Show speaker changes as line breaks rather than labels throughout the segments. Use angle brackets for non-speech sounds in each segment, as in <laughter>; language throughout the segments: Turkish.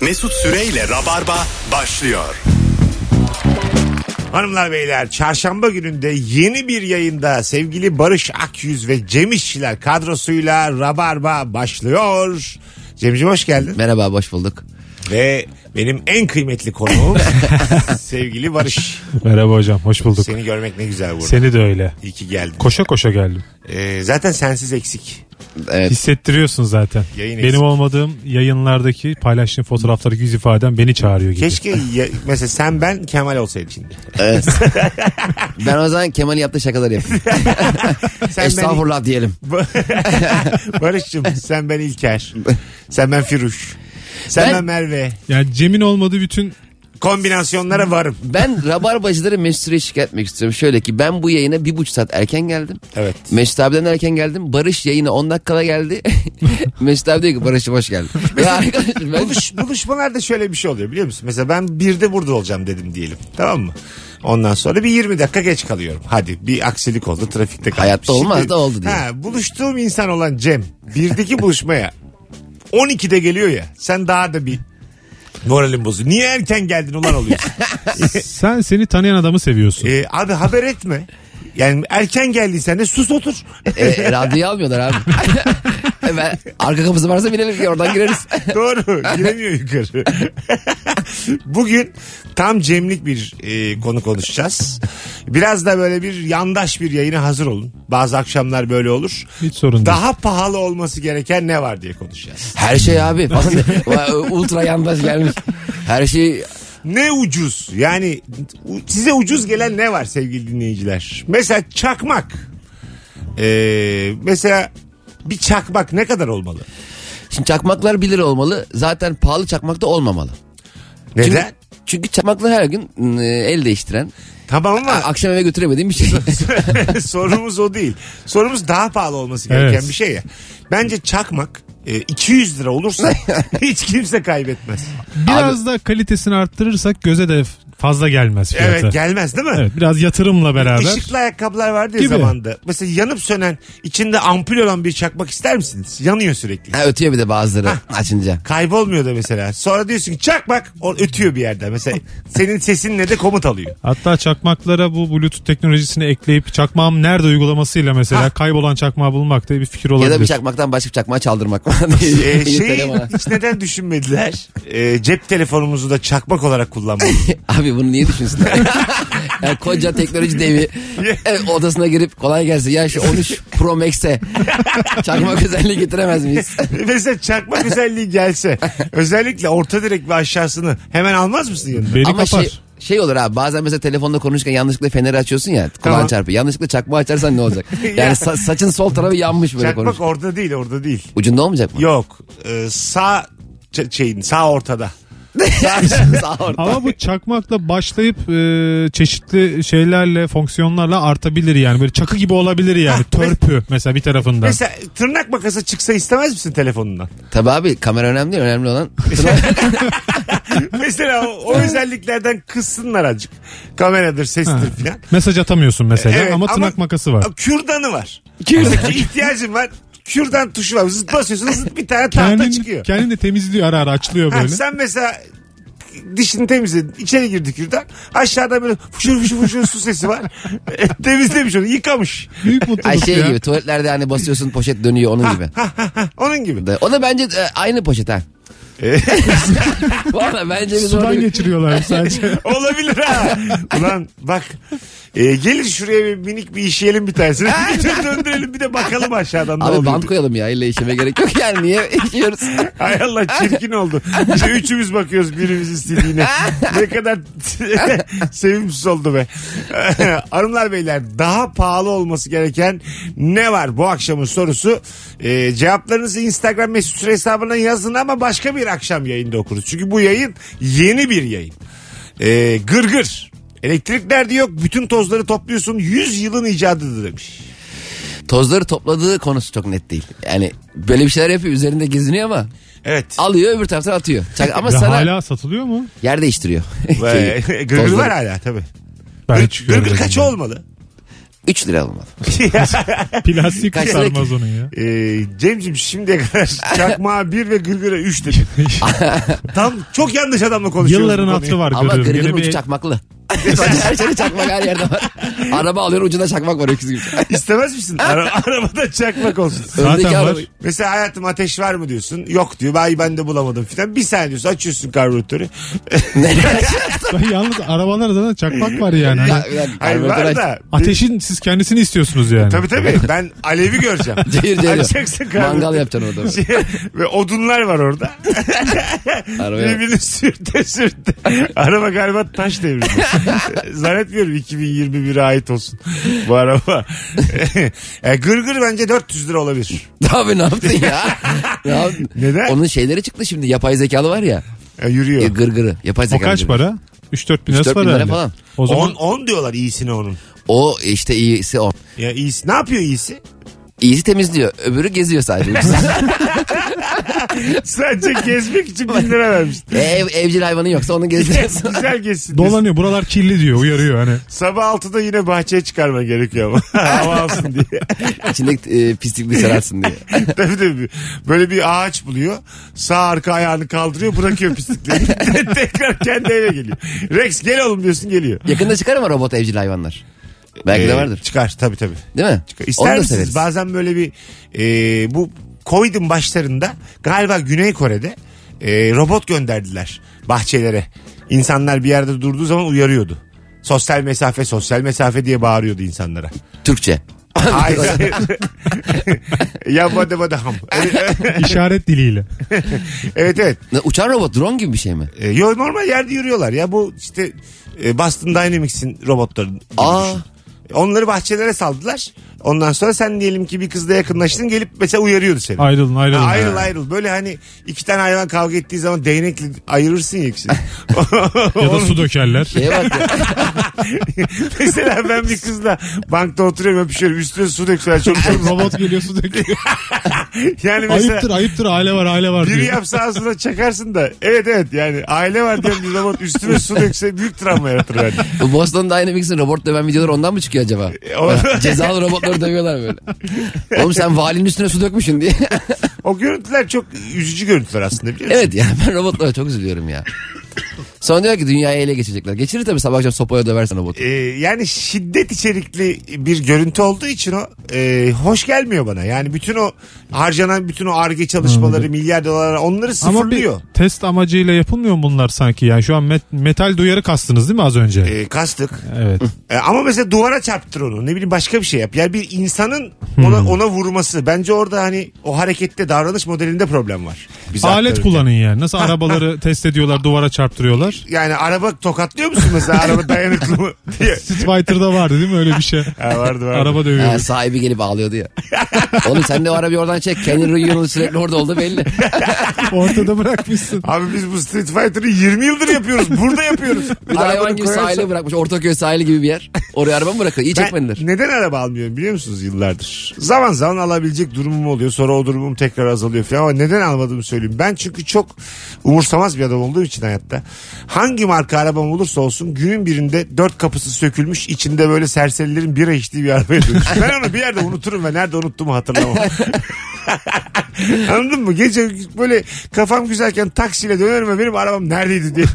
Mesut Süreyle Rabarba başlıyor.
Hanımlar beyler çarşamba gününde yeni bir yayında sevgili Barış Akyüz ve Cem İşçiler kadrosuyla Rabarba başlıyor. Cemciğim hoş geldin.
Merhaba hoş bulduk.
Ve benim en kıymetli konuğum sevgili Barış.
Merhaba hocam hoş bulduk. Seni,
Seni görmek ne güzel burada.
de öyle.
İyi ki geldin.
Koşa koşa geldim.
Ee, zaten sensiz eksik.
Evet.
Hissettiriyorsun zaten.
Yayın
Benim
eksik.
olmadığım yayınlardaki paylaştığım fotoğrafları yüz ifaden beni çağırıyor gibi.
Keşke ya- mesela sen ben Kemal olsaydı şimdi.
evet. ben o zaman Kemal'in yaptığı şakaları yapayım.
<laughs> Sen ben
Estağfurullah diyelim.
<laughs> Barış'cığım sen ben İlker. Sen ben Firuş. Sen ben,
Ben-
Merve.
Yani Cem'in olmadığı bütün
Kombinasyonlara varım.
Ben Rabarbacıları Mesut Süre'ye şikayet etmek istiyorum. Şöyle ki ben bu yayına bir buçuk saat erken geldim.
Evet.
Mesut abiden erken geldim. Barış yayına 10
<laughs>
dakikada geldi. Mesut abi diyor ki Barış'ım hoş geldin. ya arkadaş ben...
Buluş, buluşmalarda şöyle bir şey oluyor biliyor musun? Mesela ben birde burada olacağım dedim diyelim. Tamam mı? Ondan sonra bir 20 dakika geç kalıyorum. Hadi bir aksilik oldu trafikte kaldım.
Hayatta olmaz da oldu diye.
Ha, buluştuğum insan olan Cem birdeki buluşmaya 12'de geliyor ya sen daha da bir moralin bozuyor. Niye erken geldin ulan
<laughs>
oluyorsun?
sen seni tanıyan adamı seviyorsun.
Ee, abi haber etme. Yani erken geldiysen de sus otur.
E, radyoyu almıyorlar
<laughs>
abi. E, ben, arka kapısı varsa binelim ki oradan gireriz.
<laughs> Doğru. Giremiyor yukarı. <laughs> Bugün tam Cemlik bir e, konu konuşacağız. Biraz da böyle bir yandaş bir yayına hazır olun. Bazı akşamlar böyle olur.
Hiç sorun değil.
Daha pahalı olması gereken ne var diye konuşacağız.
Her şey abi. falan. Vay, Ultra yandaş gelmiş. Her şey
Ne ucuz? Yani u- size ucuz gelen ne var sevgili dinleyiciler? Mesela çakmak. Ee, mesela bir çakmak ne kadar olmalı?
Şimdi çakmaklar 1 lira olmalı. Zaten pahalı çakmak da olmamalı. Çünkü-
Neden?
Çünkü çakmaklar her gün e, el değiştiren,
Tamam ama
akşam eve
<laughs>
götüremediğim bir şey.
Sorumuz o değil. Sorumuz daha pahalı olması gereken
Evet.
bir şey ya. Bence çakmak e, 200 lira olursa hiç kimse kaybetmez.
Biraz da kalitesini arttırırsak göze de fazla gelmez fiyatı.
Evet gelmez değil mi?
Evet, biraz yatırımla beraber.
Işıklı ayakkabılar vardı ya
Gibi.
zamanda. Mesela yanıp sönen içinde ampul olan bir çakmak ister misiniz? Yanıyor sürekli.
ha, ötüyor bir de bazıları açınca.
Kaybolmuyor da mesela. Sonra diyorsun ki çakmak o ötüyor bir yerde. Mesela senin sesinle de komut alıyor.
Hatta çakmaklara bu bluetooth teknolojisini ekleyip çakmağım nerede uygulamasıyla mesela kaybolan çakmağı bulmak diye bir fikir
Ya
olabilir.
da bir çakmaktan başka bir çakmağa çaldırmak falan. <laughs>
Ee,
diye.
şeyi <laughs>
Telefona.
hiç neden düşünmediler? Ee, cep telefonumuzu da çakmak olarak kullanmak.
Abi bunu
<laughs>
niye düşünsünler? Ya koca teknoloji devi e, odasına girip kolay gelsin. Ya şu 13 Pro Max'e çakmak özelliği getiremez miyiz?
<laughs> Mesela çakmak özelliği gelse özellikle orta direk ve aşağısını hemen almaz mısın yanına?
Beni
Ama
kapar.
şey, şey olur abi bazen mesela telefonda konuşurken yanlışlıkla feneri açıyorsun ya kulağın
Tamam.
çarpıyor. Yanlışlıkla çakma açarsan
<laughs>
ne olacak? Yani
Ya.
sa- saçın sol tarafı yanmış böyle
Çakmak
konuş.
orada değil orada değil.
Ucunda olmayacak mı?
Yok Ee, sağ ç- şeyin sağ ortada.
<laughs> Sağ orta.
Ama bu çakmakla başlayıp e, çeşitli şeylerle fonksiyonlarla artabilir yani böyle çakı gibi olabilir yani törpü mesela bir tarafından.
Mesela tırnak makası çıksa istemez misin telefonundan? <laughs>
Tabii abi kamera önemli değil, önemli
<laughs>
olan.
Mesela o, o özelliklerden kızsınlar azıcık. Kameradır, sestir filan.
Mesaj atamıyorsun mesela ama tırnak makası var.
Kürdanı var. Mesela
<laughs>
ihtiyacın var. Kürdan tuşu var. Zıt basıyorsun zıt bir tane tahta
Kendin,
çıkıyor.
kendin de temizliyor ara ara açlıyor
Ha,
böyle.
sen mesela dişini temizledin. içeri girdi kürdan. Aşağıda böyle fışır fışır fışır su sesi var. E, Temizlemiş onu. Yıkamış.
Büyük
<laughs> Ay
mutluluk
şey
ya.
gibi tuvaletlerde hani basıyorsun poşet dönüyor onun gibi.
Onun gibi.
Da- O da bence e, aynı poşet ha. <laughs> Valla bence biz orada
E. Sudan
bir-
geçiriyorlar sadece.
Olabilir ha. Ulan bak. E, gelin şuraya bir minik bir işeyelim bir tanesini. Bir tur döndürelim bir de bakalım aşağıdan ne
Abi
oluyor.
bant koyalım ya ile işeme gerek yok yani niye <laughs> işiyoruz?
Hay Allah çirkin oldu. İşte üçümüz bakıyoruz birimiz istediğine. ne kadar <laughs> sevimsiz oldu be. <laughs> Hanımlar beyler daha pahalı olması gereken ne var bu akşamın sorusu? Ee, cevaplarınızı Instagram mesut süre hesabına yazın ama başka bir akşam yayında okuruz. Çünkü bu yayın yeni bir yayın. Ee, gırgır. Elektrik nerede yok bütün tozları topluyorsun 100 yılın icadıdır demiş.
Tozları topladığı konusu çok net değil. Yani böyle bir şeyler yapıyor üzerinde geziniyor ama
Evet.
alıyor öbür taraftan atıyor. Çak- ama
Ve
sana
hala satılıyor mu?
yer
<laughs>
değiştiriyor. Şey,
Ve-
Şeyi,
gırgır
tozları.
var hala tabii.
Ben
Gır-
çıkıyorum
Gırgır kaç
dedim.
olmalı?
3 lira olmalı.
Plastik
Kaç-
sarmaz onun ya.
Ee, Cem'cim şimdiye kadar çakmağa bir ve gırgıra üç dedin. Tam çok yanlış adamla konuşuyoruz.
Yılların
bu konuyu.
hatırı var
Ama
görüyorum.
gırgırın
Yine
ucu
bir-
çakmaklı. <laughs> her şeyde çakmak her yerde var. Araba alıyor ucunda çakmak var öküz gibi.
<laughs>
İstemez misin? Ara- arabada çakmak olsun.
Zaten var.
arabayı-
Mesela hayatım ateş var mı diyorsun. Yok diyor. Ben, ben de bulamadım filan. Bir saniye diyorsun. Açıyorsun karbüratörü.
Ben <laughs> yalnız arabalarda zaten çakmak var yani. Hani
Ya, ulan,
Hayır var
karbüratör
da.
ateşin siz kendisini istiyorsunuz yani.
Tabii tabii. Ben alevi göreceğim. <laughs>
Cehir
Açacaksın
cehir.
karbüratörü.
Mangal yapacaksın orada.
Şey, <laughs> ve odunlar var orada.
Arabaya.
Birbirini sürte sürte. <laughs> Araba galiba taş devrildi. <laughs> Zannetmiyorum 2021'e ait olsun bu araba. <laughs> e, gırgır bence 400 lira olabilir.
Abi ne yaptın
<laughs>
ya? ne yaptın?
Neden?
Onun şeyleri çıktı şimdi yapay zekalı var ya.
E, yürüyor.
ya gırgırı. Yapay
O
zekalı.
kaç
gırgırı.
para? 3-4 bin lirası
3-4
var
bin lira
herhalde.
falan.
O
10
zaman
on diyorlar iyisini onun.
O işte iyisi o.
Ya iyisi ne yapıyor iyisi?
İyisi temizliyor. Öbürü
<laughs>
geziyor sadece.
Sadece gezmek için bin lira vermiş.
E, Ev, evcil hayvanın yoksa
<laughs>
onu gezeceğiz.
Güzel gezsin. Dolan.
dolanıyor buralar kirli diyor
<laughs>
uyarıyor hani.
Sabah 6'da yine bahçeye çıkarman gerekiyor ama. <laughs> Hava alsın diye.
İçindeki e, pislikli sararsın diye.
<laughs> tabii tabii. Böyle bir ağaç buluyor. Sağ arka ayağını kaldırıyor bırakıyor pislikleri. <laughs> Tekrar kendi eve geliyor. Rex gel oğlum diyorsun geliyor.
Yakında çıkar ama robot evcil hayvanlar. Belki de
Ee,
vardır.
Çıkar tabii tabii.
Değil mi?
Çıkar. İster
Onu da
misiniz
severiz.
bazen böyle bir e, bu Covid'in başlarında galiba Güney Kore'de e, robot gönderdiler bahçelere. İnsanlar bir yerde durduğu zaman uyarıyordu. Sosyal mesafe sosyal mesafe diye bağırıyordu insanlara.
Türkçe. <laughs>
Hayır. <laughs> hayır. ya bada bada ham. Evet
İşaret diliyle.
evet. evet.
Ne, Uçan robot drone gibi bir şey mi?
E, yo, normal yerde yürüyorlar ya bu işte e, Boston Dynamics'in robotları. gibi
Aa.
düşün. E, Onları bahçelere saldılar. Ondan sonra sen diyelim ki bir kızla yakınlaştın gelip mesela uyarıyordu seni.
Ayrılın
Ha,
ayrılın.
Ayrıl ayrıl. Böyle hani iki tane hayvan kavga ettiği zaman değnekle ayırırsın ya ikisini.
Ya da su dökerler.
Şey
Şeye bak ya.
Mesela ben bir kızla bankta oturuyorum öpüşüyorum. Üstüne su döküyorlar. Çok çok.
<laughs> Robot geliyor su döküyor.
Yani mesela
ayıptır ayıptır aile var aile var
biri
diyor.
yapsa ağzına çakarsın da. Evet evet yani aile var diyen bir robot üstüne su dökse büyük travma yaratır yani.
Bu Boston Dynamics'in robot döven videoları ondan mı çıkıyor acaba?
E, O,
Cezalı robotları dövüyorlar böyle. Oğlum sen valinin üstüne su dökmüşsün diye. <laughs>
o görüntüler çok üzücü görüntüler aslında biliyor musun?
evet ya ben robotlara çok üzülüyorum ya. Sonra diyor ki dünyayı ele geçirecekler. Geçirir tabii sabah akşam sopaya döversen robotu.
Ee, yani şiddet içerikli bir görüntü olduğu için o e, hoş gelmiyor bana. Yani bütün o harcanan bütün o arge çalışmaları milyar dolar onları
Ama bir
sıfırlıyor.
test amacıyla yapılmıyor mu bunlar sanki? Yani şu an met- metal duyarı kastınız değil mi az önce?
E, kastık.
evet.
E, ama mesela duvara çarptır onu. Ne bileyim başka bir şey yap. Yani bir insanın
Hmm.
ona ona vurması. Bence orada hani o harekette davranış modelinde problem var. Biz
Alet
aktarırken.
kullanın yani.
<laughs>
Nasıl arabaları test ediyorlar duvara çarptırıyorlar.
Yani araba tokatlıyor musun mesela araba dayanıklı
<laughs>
mı diye.
Street Fighter'da vardı değil mi öyle bir şey?
Ha, vardı vardı.
Araba
Ha,
dövüyor.
sahibi gelip ağlıyordu ya. Oğlum sen de o arabayı oradan çek. Kendi Reunion'un sürekli orada oldu belli.
Ortada bırakmışsın.
Abi biz bu Street Fighter'ı 20 yıldır yapıyoruz. Burada yapıyoruz. <laughs> Bir de arabanı
Hayvan gibi
koyarsan-
sahile bırakmış. Ortaköy sahili gibi bir yer. Oraya araba mı bırakıyor? İyi
Ben
çekmediler.
neden araba almıyorum biliyor musunuz yıllardır? Zaman zaman alabilecek durumum oluyor. Sonra o durumum tekrar azalıyor falan ama neden almadığımı söyleyeyim. Ben çünkü çok umursamaz bir adam olduğum için hayatta. Hangi marka arabam olursa olsun günün birinde dört kapısı sökülmüş içinde böyle serserilerin bira içtiği bir arabaya dönüşür. ben onu bir yerde unuturum ve nerede unuttuğumu hatırlamam. Anladın mı? Gece böyle kafam güzelken taksiyle dönerim ve benim arabam neredeydi diye.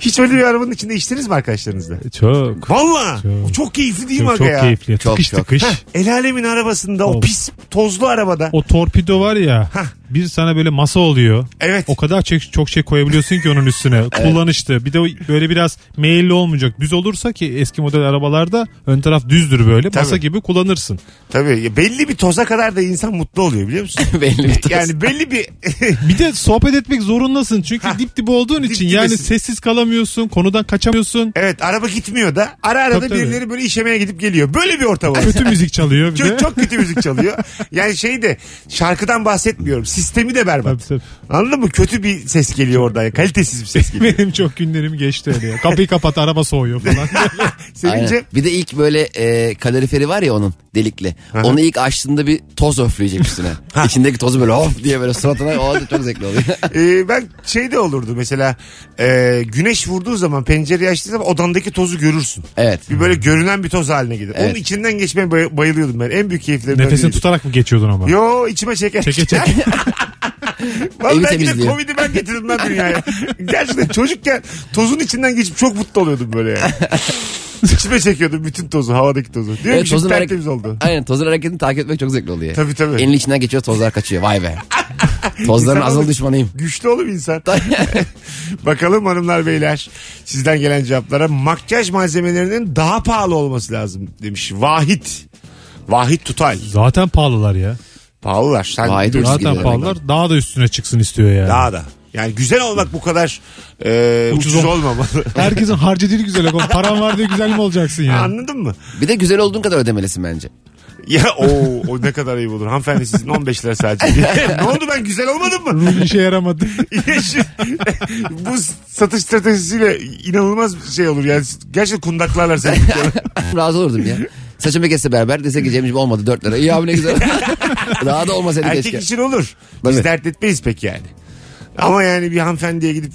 Hiç öyle bir arabanın içinde içtiniz mi arkadaşlarınızla?
Çok.
Valla.
Çok.
Çok keyifli değil mi
Çok,
aga
çok
ya?
keyifli.
Çok,
tıkış
çok.
tıkış.
El alemin arabasında o
Oğlum.
pis tozlu arabada.
O torpido var ya. Bir sana böyle masa oluyor.
Evet.
O kadar çek- çok şey koyabiliyorsun ki
<laughs>
onun üstüne. Kullanışlı. Bir de o böyle biraz meyilli olmayacak. Düz olursa ki eski model arabalarda ön taraf düzdür böyle. Masa
Tabii.
gibi kullanırsın.
Tabii ya belli bir toza kadar da insan mutlu oluyor biliyor
<laughs>
musun?
<laughs> belli bir yani,
yani belli bir <laughs>
Bir de sohbet etmek zorundasın. Çünkü dip dip olduğun
Dip
için. Yani
dibesin.
sessiz kalamıyorsun. Konudan kaçamıyorsun.
evet araba gitmiyor da ara ara da
Tabii, tabii.
birileri böyle işemeye gidip geliyor. Böyle <laughs>
<laughs>
bir ortam var.
Kötü müzik çalıyor bir de.
çok, çok kötü müzik çalıyor. Yani şey de şarkıdan bahsetmiyorum. sistemi de berbat.
Tabii, tabii.
Anladın mı? Kötü bir ses geliyor oradan. Kalitesiz bir ses
<laughs>
geliyor.
Benim çok günlerim geçti öyle ya. Kapıyı kapat araba
<laughs>
soğuyor falan.
Aynen.
Sevince
Bir de ilk böyle e, kaloriferi var ya onun delikli. Onu ilk açtığında bir toz öfleyecek üstüne. İçindeki tozu böyle hop diye böyle suratına o da çok
<laughs>
zevkli oluyor.
e, ben şey de olurdu mesela e, güneş vurduğu zaman pencereyi açtığı zaman odandaki tozu görürsün.
evet.
Bir böyle görünen bir toz haline gelir.
Evet.
Onun içinden geçmeye bay- bayılıyordum ben. En büyük keyiflerimden
Nefesini
biriydi.
tutarak mı geçiyordun ama?
Yo içime çeker.
Çeke çeke.
<laughs> Vallahi
Evi
belki de
temizliyor.
Covid'i ben getirdim lan dünyaya. Gerçekten çocukken tozun içinden geçip çok mutlu oluyordum böyle yani. İçime çekiyordum bütün tozu, havadaki tozu. Diyorum
Evet,
ki şimdi
tozun hareket-
şey tertemiz oldu.
Aynen tozun hareketini takip etmek çok zevkli oluyor.
Tabii tabii.
Elin içinden geçiyor tozlar kaçıyor.
<laughs>
Vay be. Tozların
İnsan
azal
olur.
düşmanıyım.
Güçlü oğlum insan. <laughs> Bakalım hanımlar beyler sizden gelen cevaplara. Makyaj malzemelerinin daha pahalı olması lazım demiş. Vahit. Vahit Tutal.
Zaten pahalılar ya.
Pahalılar. Sen
Vahit
bilirsin.
Ucuz gibi demek
Zaten pahalılar. Daha da üstüne çıksın istiyor yani.
Daha da. Yani güzel olmak bu kadar e, ucuz,
Ucuz ol- <laughs>
olmamalı. <laughs>
Herkesin harcadığı güzel. yok. Paran var diye güzel mi olacaksın yani?
Anladın mı?
Bir de güzel olduğun kadar ödemelisin bence. <laughs>
Ya o, o ne kadar ayıp olur. Hanımefendi sizin 15 lira
<laughs>
sadece. ne oldu ben güzel olmadım mı? <laughs>
İşe yaramadı.
Ya şu- bu satış stratejisiyle inanılmaz bir şey olur. Yani gerçekten kundaklarlar
<laughs>
seni.
Razı olurdum ya. Saçımı kesse berber dese ki Cemciğim olmadı 4 lira. İyi abi
<laughs>
ne güzel. Daha da olmasaydı
Erkek
keşke.
için olur. Biz
Tabii.
dert etmeyiz pek yani. Ama yani bir hanımefendiye gidip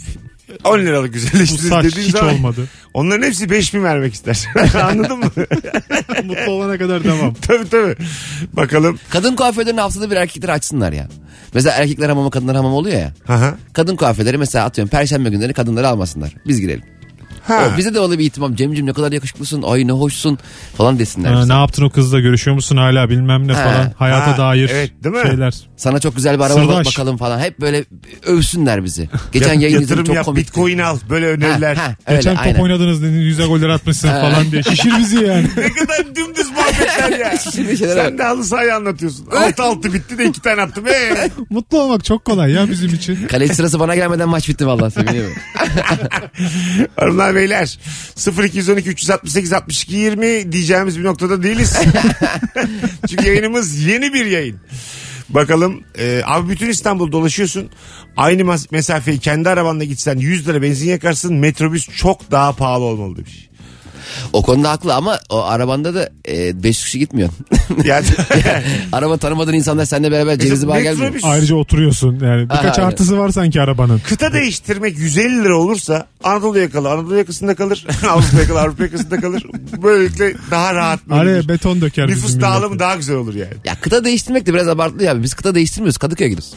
10 liralık
Bu
güzelleştiririz
saç
dediğin
hiç
zaman
olmadı.
onların hepsi 5 bin vermek ister. <laughs> Anladın mı?
Mutlu olana kadar devam.
tabii tabii. Bakalım.
Kadın kuaförlerini haftada bir erkekler açsınlar ya. Mesela erkekler hamamı kadınlar hamamı oluyor ya.
Aha.
Kadın kuaförleri mesela atıyorum perşembe günleri kadınları almasınlar. Biz girelim.
Ha.
O, bize de öyle bir ihtimam. Cemciğim ne kadar yakışıklısın. Ay ne hoşsun falan desinler.
Ha,
bize.
ne yaptın o kızla görüşüyor musun hala bilmem ne
Ha.
falan. Hayata
Ha,
dair
evet, değil mi?
şeyler.
Sana çok güzel bir araba
Sırdaş.
bakalım falan. Hep böyle övsünler bizi. Geçen yayın izledim
Yatırım
çok
yap,
komikti.
bitcoin al. Böyle
Ha,
öneriler.
ha, öyle,
Geçen top
aynen.
oynadınız dedin yüze goller atmışsın falan diye. Şişir bizi yani.
Ne kadar dümdüz muhabbetler
<laughs>
ya.
Şimdi şeyler
Sen de halı sahayı
<laughs>
anlatıyorsun. Altı altı bitti de iki tane attım. Ee,
Mutlu olmak çok kolay ya bizim için.
Kaleci sırası bana gelmeden maç bitti vallahi seviniyorum.
hanımlar beyler 0212 368 62 20 diyeceğimiz bir noktada
<laughs>
değiliz. Çünkü yayınımız yeni bir yayın. Bakalım e, abi bütün İstanbul dolaşıyorsun. Aynı mas- mesafeyi kendi arabanla gitsen 100 lira benzin yakarsın. Metrobüs çok daha pahalı olmalı demiş.
o konuda haklı ama o arabanda da 5 kişi gitmiyor. <laughs>
Yani
Araba tanımadığın insanlar seninle beraber cevizi bağ gelmiyor.
metrobüs
Ayrıca oturuyorsun yani. Birkaç
aynen.
artısı var sanki arabanın.
kıta değiştirmek 150 lira olursa Anadolu yakalı Anadolu yakasında kalır. <laughs> Avrupa yakalı Avrupa yakasında kalır. Böylelikle daha rahat.
Araya beton döker
Nüfus
bizim
dağılımı
millet.
daha güzel olur yani. <laughs>
Ya kıta değiştirmek de biraz abartılı ya. Biz kıta değiştirmiyoruz. Kadıköy'e gidiyoruz.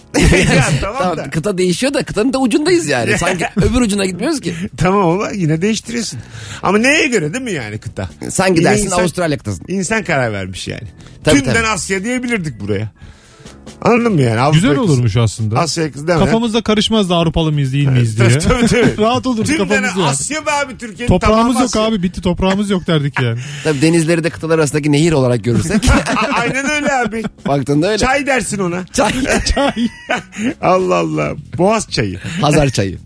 Ya tamam
tamam,
da.
kıta değişiyor da kıtanın da ucundayız yani. Sanki öbür ucuna gitmiyoruz ki.
Tamam ama yine değiştiriyorsun. Ama neye göre değil mi yani kıta?
Sen
Yine
gidersin
insan-
Avustralya kıtasına.
İnsan karar vermiş yani.
Tabii,
Tümden
tabii.
Asya diyebilirdik buraya. Anladın mı yani? Avrupa
Güzel
yakası.
olurmuş aslında.
Asya yakası demeden. <laughs>
Kafamızda karışmazdı Avrupalı mıyız değil miyiz diye.
Tabii, <laughs> tabii, tabii.
<laughs> Rahat olurdu
Tümden
kafamız var.
Asya be abi Türkiye'nin
Toprağımız
tamamı
yok
Asya.
abi bitti toprağımız yok derdik yani.
Tabii denizleri de kıtalar arasındaki nehir
<laughs>
olarak görürsek.
<laughs> A- Aynen öyle abi.
baktığında öyle.
Çay dersin ona.
Çay.
Çay.
Allah Allah. Boğaz çayı.
Hazar çayı.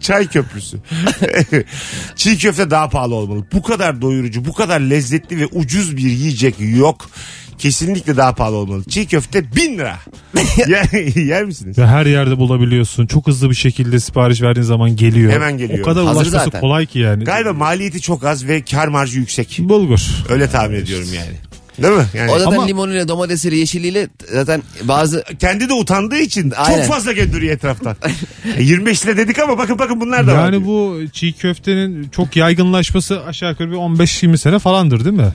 Çay
<laughs>
köprüsü. Çiğ köfte daha pahalı olmalı. Bu kadar doyurucu, bu kadar lezzetli ve ucuz bir yiyecek yok. Kesinlikle daha pahalı olmalı. Çiğ köfte bin
<laughs>
lira. yer, yer misiniz?
Ve her yerde bulabiliyorsun. Çok hızlı bir şekilde sipariş verdiğin zaman geliyor.
Hemen geliyor.
O kadar
Hazır
ulaşması
zaten.
kolay ki yani.
Galiba maliyeti çok az ve kar marjı yüksek.
Bulgur.
Öyle tahmin ediyorum yani. Değil mi? Yani
O zaten
Ama-
limonuyla, domatesiyle, yeşiliyle zaten bazı
kendi de utandığı için
Aynen.
çok fazla gönderiyor etraftan. E, 25 lira dedik ama bakın bakın bunlar da var. diyor.
Yani bu çiğ köftenin çok yaygınlaşması aşağı yukarı bir 15-20 sene falandır değil mi?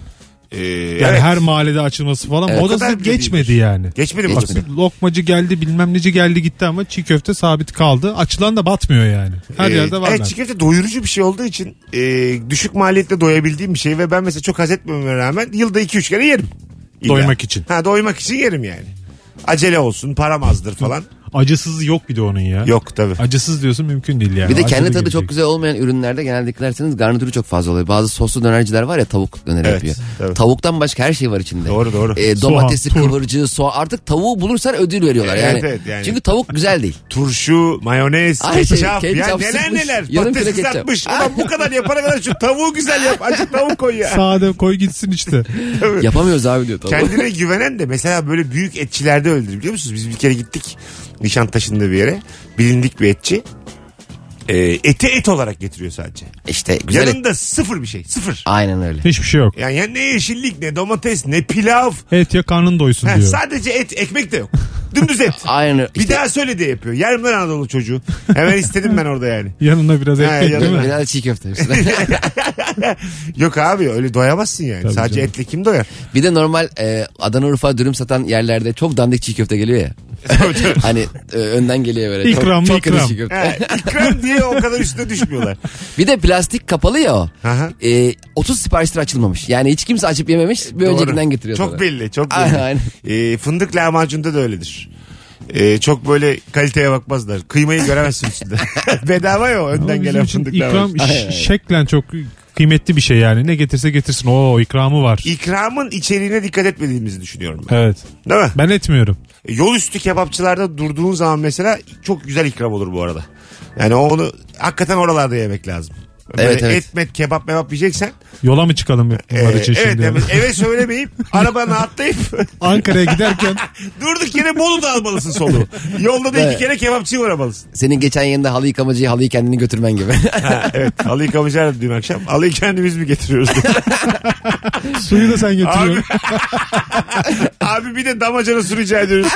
Ee,
Yani
evet.
her mahallede açılması falan.
Evet.
O da
O kadar
sırf
bile
geçmedi
değilmiş.
yani.
Geçmedi mi?
Geçmedi.
aslında?
Lokmacı geldi bilmem neci geldi gitti ama çiğ köfte sabit kaldı. Açılan da batmıyor yani. Her
Ee,
yerde var.
Evet
bence.
çiğ köfte doyurucu bir şey olduğu için e, düşük maliyetle doyabildiğim bir şey ve ben mesela çok haz etmememe rağmen yılda 2-3 kere yerim. İlla.
Doymak için.
Ha doymak için yerim yani. Acele olsun param azdır falan.
Acısız yok bir de onun ya.
Yok tabii.
Acısız diyorsun mümkün değil yani.
Bir de kendi
Acılı
tadı
gelecek.
çok güzel olmayan ürünlerde genelde diklerseniz garnitürü çok fazla oluyor. Bazı soslu dönerciler var ya tavuk döneri
Evet,
yapıyor.
tabii.
Tavuktan başka her şey var içinde.
Doğru, doğru.
Ee,
Soğan,
domatesi,
turp.
kıvırcığı, soğan. Artık tavuğu bulursan ödül veriyorlar.
Evet,
Yani.
evet, yani.
Çünkü tavuk
<laughs>
güzel değil.
Turşu, mayonez,
Ay, şey,
ketçap. ya
ketçap
neler
sıkmış.
neler.
Yarım kilo
Patates
ketçap.
kızartmış. Ulan bu kadar yapana kadar şu tavuğu güzel yap. Acı tavuk koy ya.
Sade koy
<laughs>
gitsin işte.
Yapamıyoruz abi diyor tavuğu.
Kendine güvenen de mesela böyle büyük etçilerde öldür biliyor musunuz? Biz bir kere gittik Nişantaşı'nda bir yere. Bilindik bir etçi. Ee, eti et olarak getiriyor sadece.
İşte güzel. et.
Yanında sıfır bir şey. Sıfır.
Aynen öyle.
Hiçbir şey yok.
Yani, ya ne yeşillik ne domates ne pilav.
Et ya karnın doysun
Heh,
diyor.
sadece et ekmek de
<laughs>
yok. Dümdüz et.
Aynen öyle.
Bir daha söyle diye yapıyor. Yerim lan Anadolu çocuğu. Hemen istedim ben orada yani.
Yanına biraz
Ha,
ekmek değil
yanına.
mi?
Biraz da çiğ köfte.
Yok abi öyle doyamazsın yani.
Tabii
Sadece
canım.
etle kim doyar?
<laughs> bir de normal e, Adana Urfa dürüm satan yerlerde çok dandik çiğ köfte geliyor
<laughs>
ya. hani e, önden geliyor böyle. Çok-
İkram,
çok, kötü
ikram.
çiğ köfte.
Ha, ikram diye o kadar üstüne
<laughs>
düşmüyorlar.
Bir de plastik kapalı ya o.
Aha.
Ee, 30 sipariştir açılmamış. Yani hiç kimse açıp yememiş. Bir
Doğru.
öncekinden getiriyor.
Çok
sana.
belli çok belli.
Aynen.
Ee, fındık lahmacunda da öyledir. Ee, çok böyle kaliteye bakmazlar. Kıymayı göremezsin üstünde. <laughs> Bedava ya o
Ama
önden
bizim
gelen
için
fındık lahmacun.
ikram ş-
Ay, ay.
şeklen çok kıymetli bir şey yani. Ne getirse getirsin. Oo ikramı var.
İkramın içeriğine dikkat etmediğimizi düşünüyorum ben.
Evet.
Değil mi?
Ben etmiyorum.
E, Yol üstü kebapçılarda durduğun zaman mesela çok güzel ikram olur bu arada. Yani onu hakikaten oralarda yemek lazım. Böyle
Evet, evet.
et met kebap mebap yiyeceksen
Yola mı çıkalım bunlar
e,
için
evet,
şimdi?
evet, eve
<laughs>
söylemeyip arabana atlayıp <laughs>
Ankara'ya giderken
Durduk yere Bolu'da almalısın soluğu. Yolda da iki
Evet.
kere kebapçıyı uğramalısın.
Senin geçen yerinde halı yıkamacıya halıyı kendini
<laughs>
götürmen gibi.
Ha, evet. Alıyı kavacağız dün akşam. Alıyı kendimiz mi getiriyoruz?
<laughs>
dedi.
suyu da sen
abi,
getiriyorsun.
abi bir de damacana su rica
<laughs>
ediyoruz.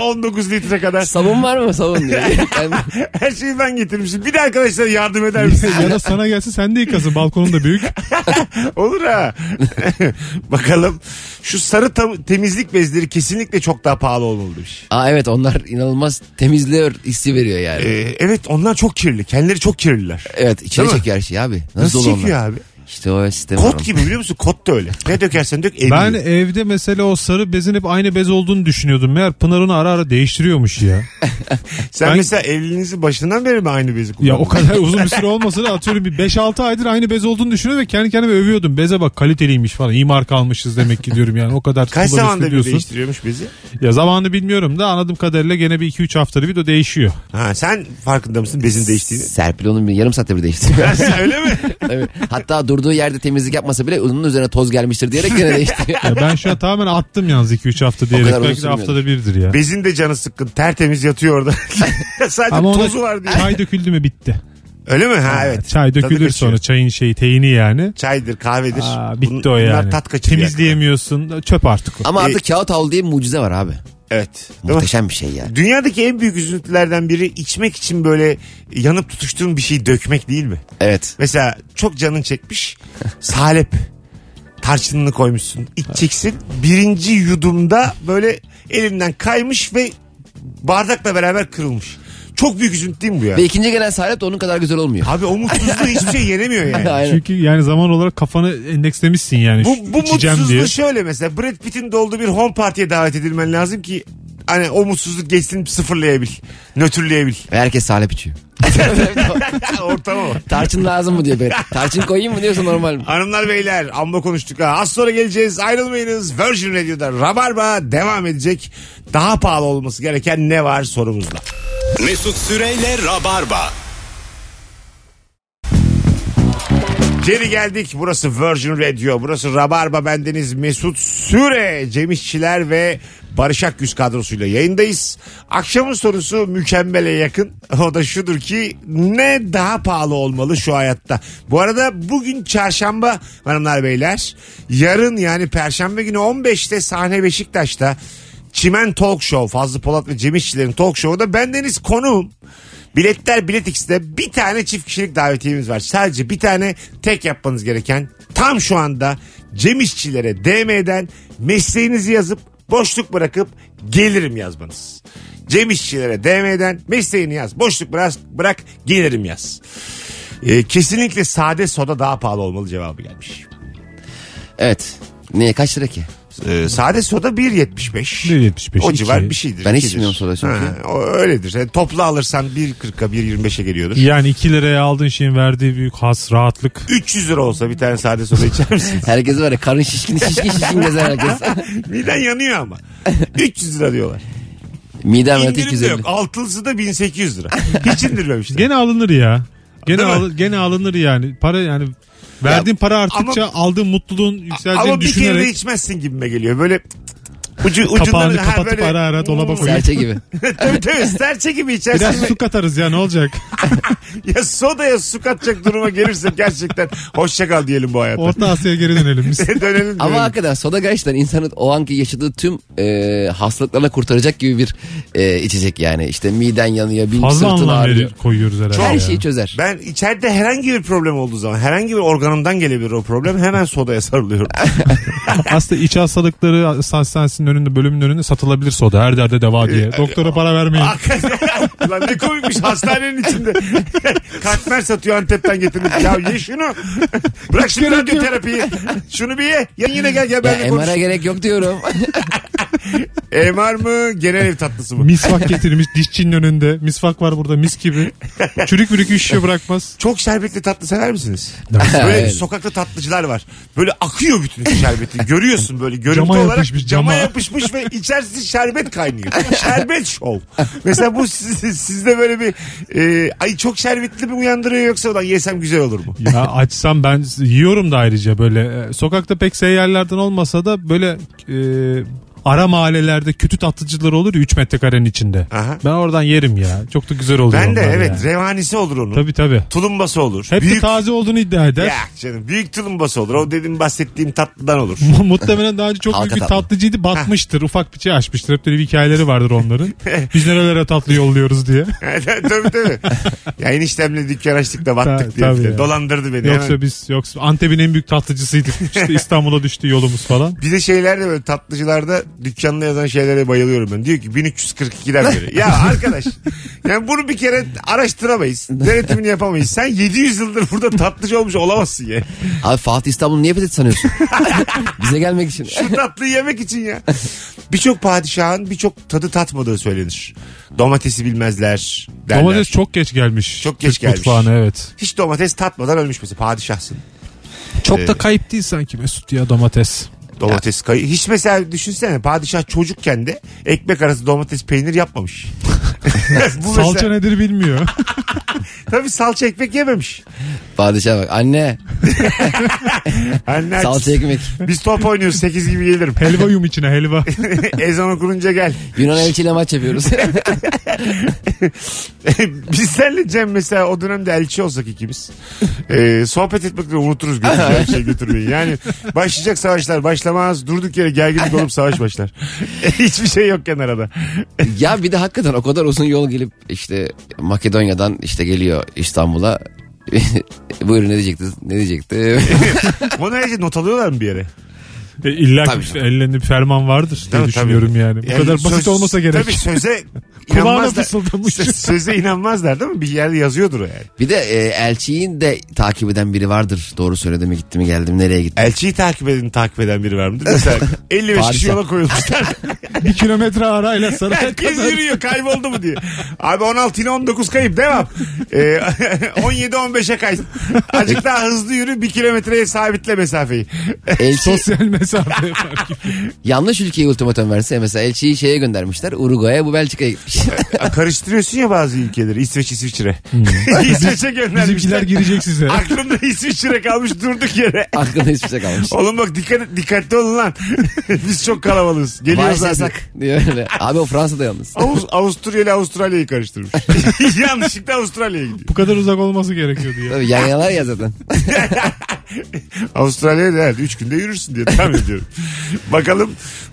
19 litre kadar.
Savun var mı savun diyor. <laughs> Yani
Her şeyi ben getirmişim. Bir de arkadaşlar yardım eder misin?
ya da sana gelsin sen de yıkasın. Balkonun da büyük.
Olur
<laughs>
ha. Bakalım. Şu sarı tam- temizlik bezleri kesinlikle çok daha pahalı olmalı demiş.
Aa, evet onlar inanılmaz temizliyor hissi veriyor yani.
Ee, evet onlar çok kirli. Kendileri çok kirliler.
evet içeri
değil mi?
çekiyor her şeyi abi. Nasıl,
Nasıl
dolu
çekiyor
onlar?
abi?
İşte o sistem. var onun.
Kot gibi biliyor musun? Kot da öyle. Ne dökersen dök eriyor.
Ben evde mesela o sarı bezin hep aynı bez olduğunu düşünüyordum. Meğer Pınar onu ara ara değiştiriyormuş ya.
Sen
Ben-
mesela evliliğinizin başından beri mi aynı bezi
ya
kullanıyorsun?
o kadar <laughs> uzun bir süre olmasa da atıyorum bir 5-6 aydır aynı bez olduğunu düşünüyorum ve kendi kendime övüyordum. Beze bak kaliteliymiş falan. İyi marka almışız demek ki diyorum yani. O kadar
Kaç
kullanışlı
zamanda bir
diyorsun.
değiştiriyormuş bizi?
Ya zamanı bilmiyorum da anladığım kadarıyla gene bir 2-3 haftada bir de değişiyor.
Ha, sen farkında mısın bezin
<laughs>
değiştiğini?
Serpil onun bir yarım saatte
<laughs>
bir değiştiriyor.
Öyle mi?
Tabii. Hatta durduğu yerde temizlik yapmasa bile onun üzerine toz gelmiştir diyerek gene
<laughs>
değiştiriyor.
Ya ben şu an tamamen attım yalnız 2-3 hafta diyerek.
kadar uzun
Belki de
sürmüyordur.
haftada birdir ya.
Bezin de canı sıkkın. Tertemiz yatıyor orada. <laughs> Sadece
Ama ona
tozu var diye.
çay döküldü mü bitti.
Öyle mi? Ha evet.
Çay
Tadı
dökülür
kaçıyor.
sonra çayın şeyi teyini yani.
Çaydır, kahvedir.
Aa, bitti
Bun-
o yani.
Bunlar tat kaçırıyor.
Temizleyemiyorsun. Çöp artık o.
Ama
Ee,
artık kağıt havlu diye bir mucize var abi.
Evet. Değil mi?
Muhteşem bir şey yani.
Dünyadaki en büyük üzüntülerden biri içmek için böyle yanıp tutuştuğun bir şeyi dökmek değil mi?
Evet.
Mesela çok canın çekmiş. Salep. Tarçınını koymuşsun. İçeceksin. Birinci yudumda böyle elinden kaymış ve bardakla beraber kırılmış. Çok büyük üzüntü değil mi bu ya?
Ve ikinci gelen sahip de onun kadar güzel olmuyor.
Abi o mutsuzluğu hiçbir şey yenemiyor yani.
Aynen.
Çünkü yani zaman olarak kafanı endekslemişsin yani.
Bu,
Şu
bu
içeceğim
mutsuzluğu
diye.
şöyle mesela Brad Pitt'in de olduğu bir home party'ye davet edilmen lazım ki hani o mutsuzluk geçsin sıfırlayabil. Nötrleyebil.
Ve herkes salep içiyor.
<laughs> Ortama bak.
Tarçın lazım mı <laughs> diyor böyle. Tarçın koyayım mı diyorsa normal mi?
Hanımlar beyler amma konuştuk ha. Az sonra geleceğiz ayrılmayınız. Virgin Radio'da Rabarba devam edecek. Daha pahalı olması gereken ne var sorumuzda.
Mesut Süreyle Rabarba.
Geri geldik. Burası Virgin Radio. Burası Rabarba. Bendeniz Mesut Süre. Cem İşçiler ve Barış Akgüz kadrosuyla yayındayız. Akşamın sorusu mükemmele yakın. <laughs> O da şudur ki ne daha pahalı olmalı şu hayatta? Bu arada bugün çarşamba hanımlar beyler. Yarın yani perşembe günü 15'te sahne Beşiktaş'ta Çimen Talk Show. Fazlı Polat ve Cem İşçilerin Talk Show'da bendeniz konuğum. Biletler Bilet X'de bir tane çift kişilik davetiyemiz var. Sadece bir tane tek yapmanız gereken tam şu anda Cem İşçilere DM'den mesleğinizi yazıp boşluk bırakıp gelirim yazmanız. Cem İşçilere DM'den mesleğini yaz boşluk bırak, bırak gelirim yaz. Ee, kesinlikle sade soda daha pahalı olmalı cevabı gelmiş.
Evet. Niye kaç lira ki?
Ee, sade soda 1.75.
1.75,
O
iki.
civar bir şeydir.
Ben hiç
ikidir.
bilmiyorum soda çünkü.
Ha, o öyledir. Yani toplu alırsan 1.40'a 1.25'e geliyordur.
Yani 2 liraya aldığın şeyin verdiği büyük has rahatlık.
300 lira olsa bir tane sade soda içer
<laughs>
misin?
Herkes var ya karın şişkin şişkin şişkin gezer <laughs> herkes.
Miden yanıyor ama. 300 lira diyorlar.
Midem evet
İndirim de
250.
yok. Altılısı da 1800 lira. Hiç indirmemişler.
Gene alınır ya. Gene
Değil mi?
al, gene alınır yani. Para yani verdiğin para arttıkça aldığın mutluluğun yükseleceğini
Ama bir kere de
düşünerek
içmezsin gibime geliyor. Böyle ucu, ucundan
kapağını
ha,
kapatıp
böyle-
ara ara dolaba koyuyor.
Serçe gibi.
<laughs> tabii tabii serçe gibi içersin.
Biraz
ve-
su katarız ya
<laughs>
ne olacak?
Ya sodaya su katacak duruma gelirse gerçekten hoşça kal diyelim bu hayata.
Orta Asya'ya geri dönelim biz.
<laughs> Dönelim diyelim.
Ama hakikaten soda gerçekten insanın o anki yaşadığı tüm e, hastalıklarla kurtaracak gibi bir e, içecek yani. İşte miden yanıyor, bir
Fazla
sırtın
anlam
ağrıyor.
verir, koyuyoruz herhalde.
Her
ya.
şey
şeyi çözer.
Ben içeride herhangi bir problem olduğu zaman herhangi bir organımdan gelebilir o problem hemen sodaya sarılıyorum. <laughs>
Aslında iç hastalıkları hastanesinin önünde bölümün önünde satılabilir soda. Her derde deva diye.
Ee,
Doktora para vermeyin.
Hakikaten. Lan ne komikmiş hastanenin içinde. Katmer satıyor Antep'ten getirip. Ya ye şunu. Bırak şimdi radyoterapiyi. Şunu bir ye. Ya yine gel gel benimle
Ya
konuş.
MR'a gerek yok
<laughs>
diyorum.
MR mı genel ev tatlısı mı?
Misvak getirmiş dişçinin önünde. Misvak var burada mis
<laughs>
gibi. Çürük bürük iş işe bırakmaz.
Çok şerbetli tatlı sever
<laughs>
misiniz? Böyle
Evet.
sokakta tatlıcılar var. Böyle akıyor bütün
<laughs>
şerbeti. Görüyorsun böyle görüntü
Cama
olarak
yapışmış,
cama
cama.
yapışmış
<laughs>
ve içerisi şerbet kaynıyor. Şerbet şov. Mesela bu siz- sizde böyle bir e, ay çok şerbetli mi uyandırıyor yoksa ulan yesem güzel olur mu?
Ya açsam ben yiyorum da ayrıca böyle. E, Sokakta pek seyyarlardan olmasa da böyle e, ara mahallelerde kötü tatlıcılar olur ya 3 metrekarenin içinde.
Aha.
Ben oradan yerim ya. Çok da güzel oluyor
Ben de
onlar
evet
yani.
revanisi olur onun.
Tabii tabii.
Tulumbası olur.
Hep de
büyük
taze olduğunu iddia eder.
ya canım büyük tulumbası olur. O dedim bahsettiğim tatlıdan
<laughs>
olur. <laughs>
Muhtemelen daha önce çok
Halka
büyük bir
tatlı.
tatlıcıydı batmıştır. Ufak bir şey açmıştır. Hep böyle bir hikayeleri
<laughs>
vardır onların. Biz nerelere tatlı yolluyoruz diye.
tabii tabii. Ya eniştemle dükkan açtık da
Ta-
battık diye.
tabii
bir de.
ya.
Dolandırdı beni. hemen.
Yoksa biz yoksa Antep'in en büyük tatlıcısıydık.
<laughs>
İşte İstanbul'a düştü yolumuz falan.
Bir de şeylerde böyle tatlıcılarda dükkanına yazan şeylere bayılıyorum ben. Diyor ki 1342'den beri. ya arkadaş yani bunu bir kere araştıramayız. Denetimini yapamayız. Sen 700 yıldır burada tatlıcı olmuş olamazsın ya.
Abi Fatih İstanbul'u niye fethetti
<laughs>
sanıyorsun? Bize gelmek için.
Şu tatlıyı yemek için ya. Birçok padişahın birçok tadı tatmadığı söylenir. Domatesi bilmezler derler.
Domates çok geç gelmiş.
Çok geç
Türk
gelmiş.
Mutfağına evet.
Hiç domates tatmadan ölmüş mesela padişahsın.
Çok
da
da kayıp değil sanki Mesut ya domates.
Domates kayı. Hiç mesela düşünsene padişah çocukken de ekmek arası domates peynir yapmamış. <laughs> Bu mesela-
Salça
<laughs>
nedir bilmiyor.
Tabii salça ekmek yememiş.
Padişah bak anne
Anne
salça ekmek.
Biz top oynuyoruz 8 gibi gelirim.
helva yum içine helva.
<laughs> Ezan okununca gel. <laughs>
Yunan elçiyle maç yapıyoruz.
Biz senle Cem mesela o dönemde elçi olsak ikimiz. Ee, sohbet etmekle unuturuz <laughs> götüreceği şey götürmeyi. Yani başlayacak savaşlar başlamaz. Durduk yere gerginlik olup savaş başlar. <laughs> Hiçbir şey yokken <laughs> arada.
ya bir de hakikaten o kadar uzun yol gelip işte Makedonya'dan işte geliyor İstanbul'a. <laughs> Buyurun ne diyecektiniz? Ne diyecekti? <laughs>
Bunu ayrıca not alıyorlar mı bir yere?
E, İlla
Tabii
ki
canım.
ellerinde bir ferman vardır diye
Tabii,
düşünüyorum
tabii.
yani. Bu kadar
söz-
basit olmasa gerek.
Tabii söze
<laughs> Kulağına
inanmazlar.
fısıldamış.
Sö- Söze inanmazlar değil mi? Bir yerde yazıyordur o yani.
bir de e, elçiyi de takip eden biri vardır. Doğru söyledi mi gitti mi geldi mi nereye gitti.
Elçiyi takip edin takip eden biri var mıdır? <laughs> Mesela 55 kişi
Padişah.
yola <laughs> koyulmuşlar.
bir kilometre arayla saraya
Herkes
kadar.
yürüyor kayboldu mu diye. Abi 16 ile 19 kayıp devam. Ee, <laughs> 17-15'e kay. Azıcık daha hızlı yürü bir kilometreye sabitle mesafeyi.
Elçi
<laughs>
Sosyal mesafe fark ediyor.
yanlış ülkeye ultimatum verse mesela elçiyi şeye göndermişler. Uruguay'a bu Belçika'ya gitmiş.
Karıştırıyorsun ya bazı ülkeleri İsveç İsviçre. <laughs> İsveç'e
Hmm. Bizimkiler
göndermişler.
girecek size.
Aklımda İsviçre kalmış durduk
<laughs>
yere.
<laughs> Aklında hiçbir şey kalmış.
Oğlum bak dikkat dikkatli olun lan. <laughs> Biz çok kalabalığız. <laughs> Geliyoruz
Vay
zaten.
yasak diyor öyle. Abi o Fransa'da yalnız.
Avuz, Avusturya ile Avustralya'yı
<laughs>
karıştırmış. Yanlışlıkla Avustralya'ya gidiyor.
Bu kadar uzak olması gerekiyordu ya.
Tabii yan yanalar ya zaten.
Avustralya'ya da herhalde 3 günde yürürsün diye tahmin
<laughs>
ediyorum. Bakalım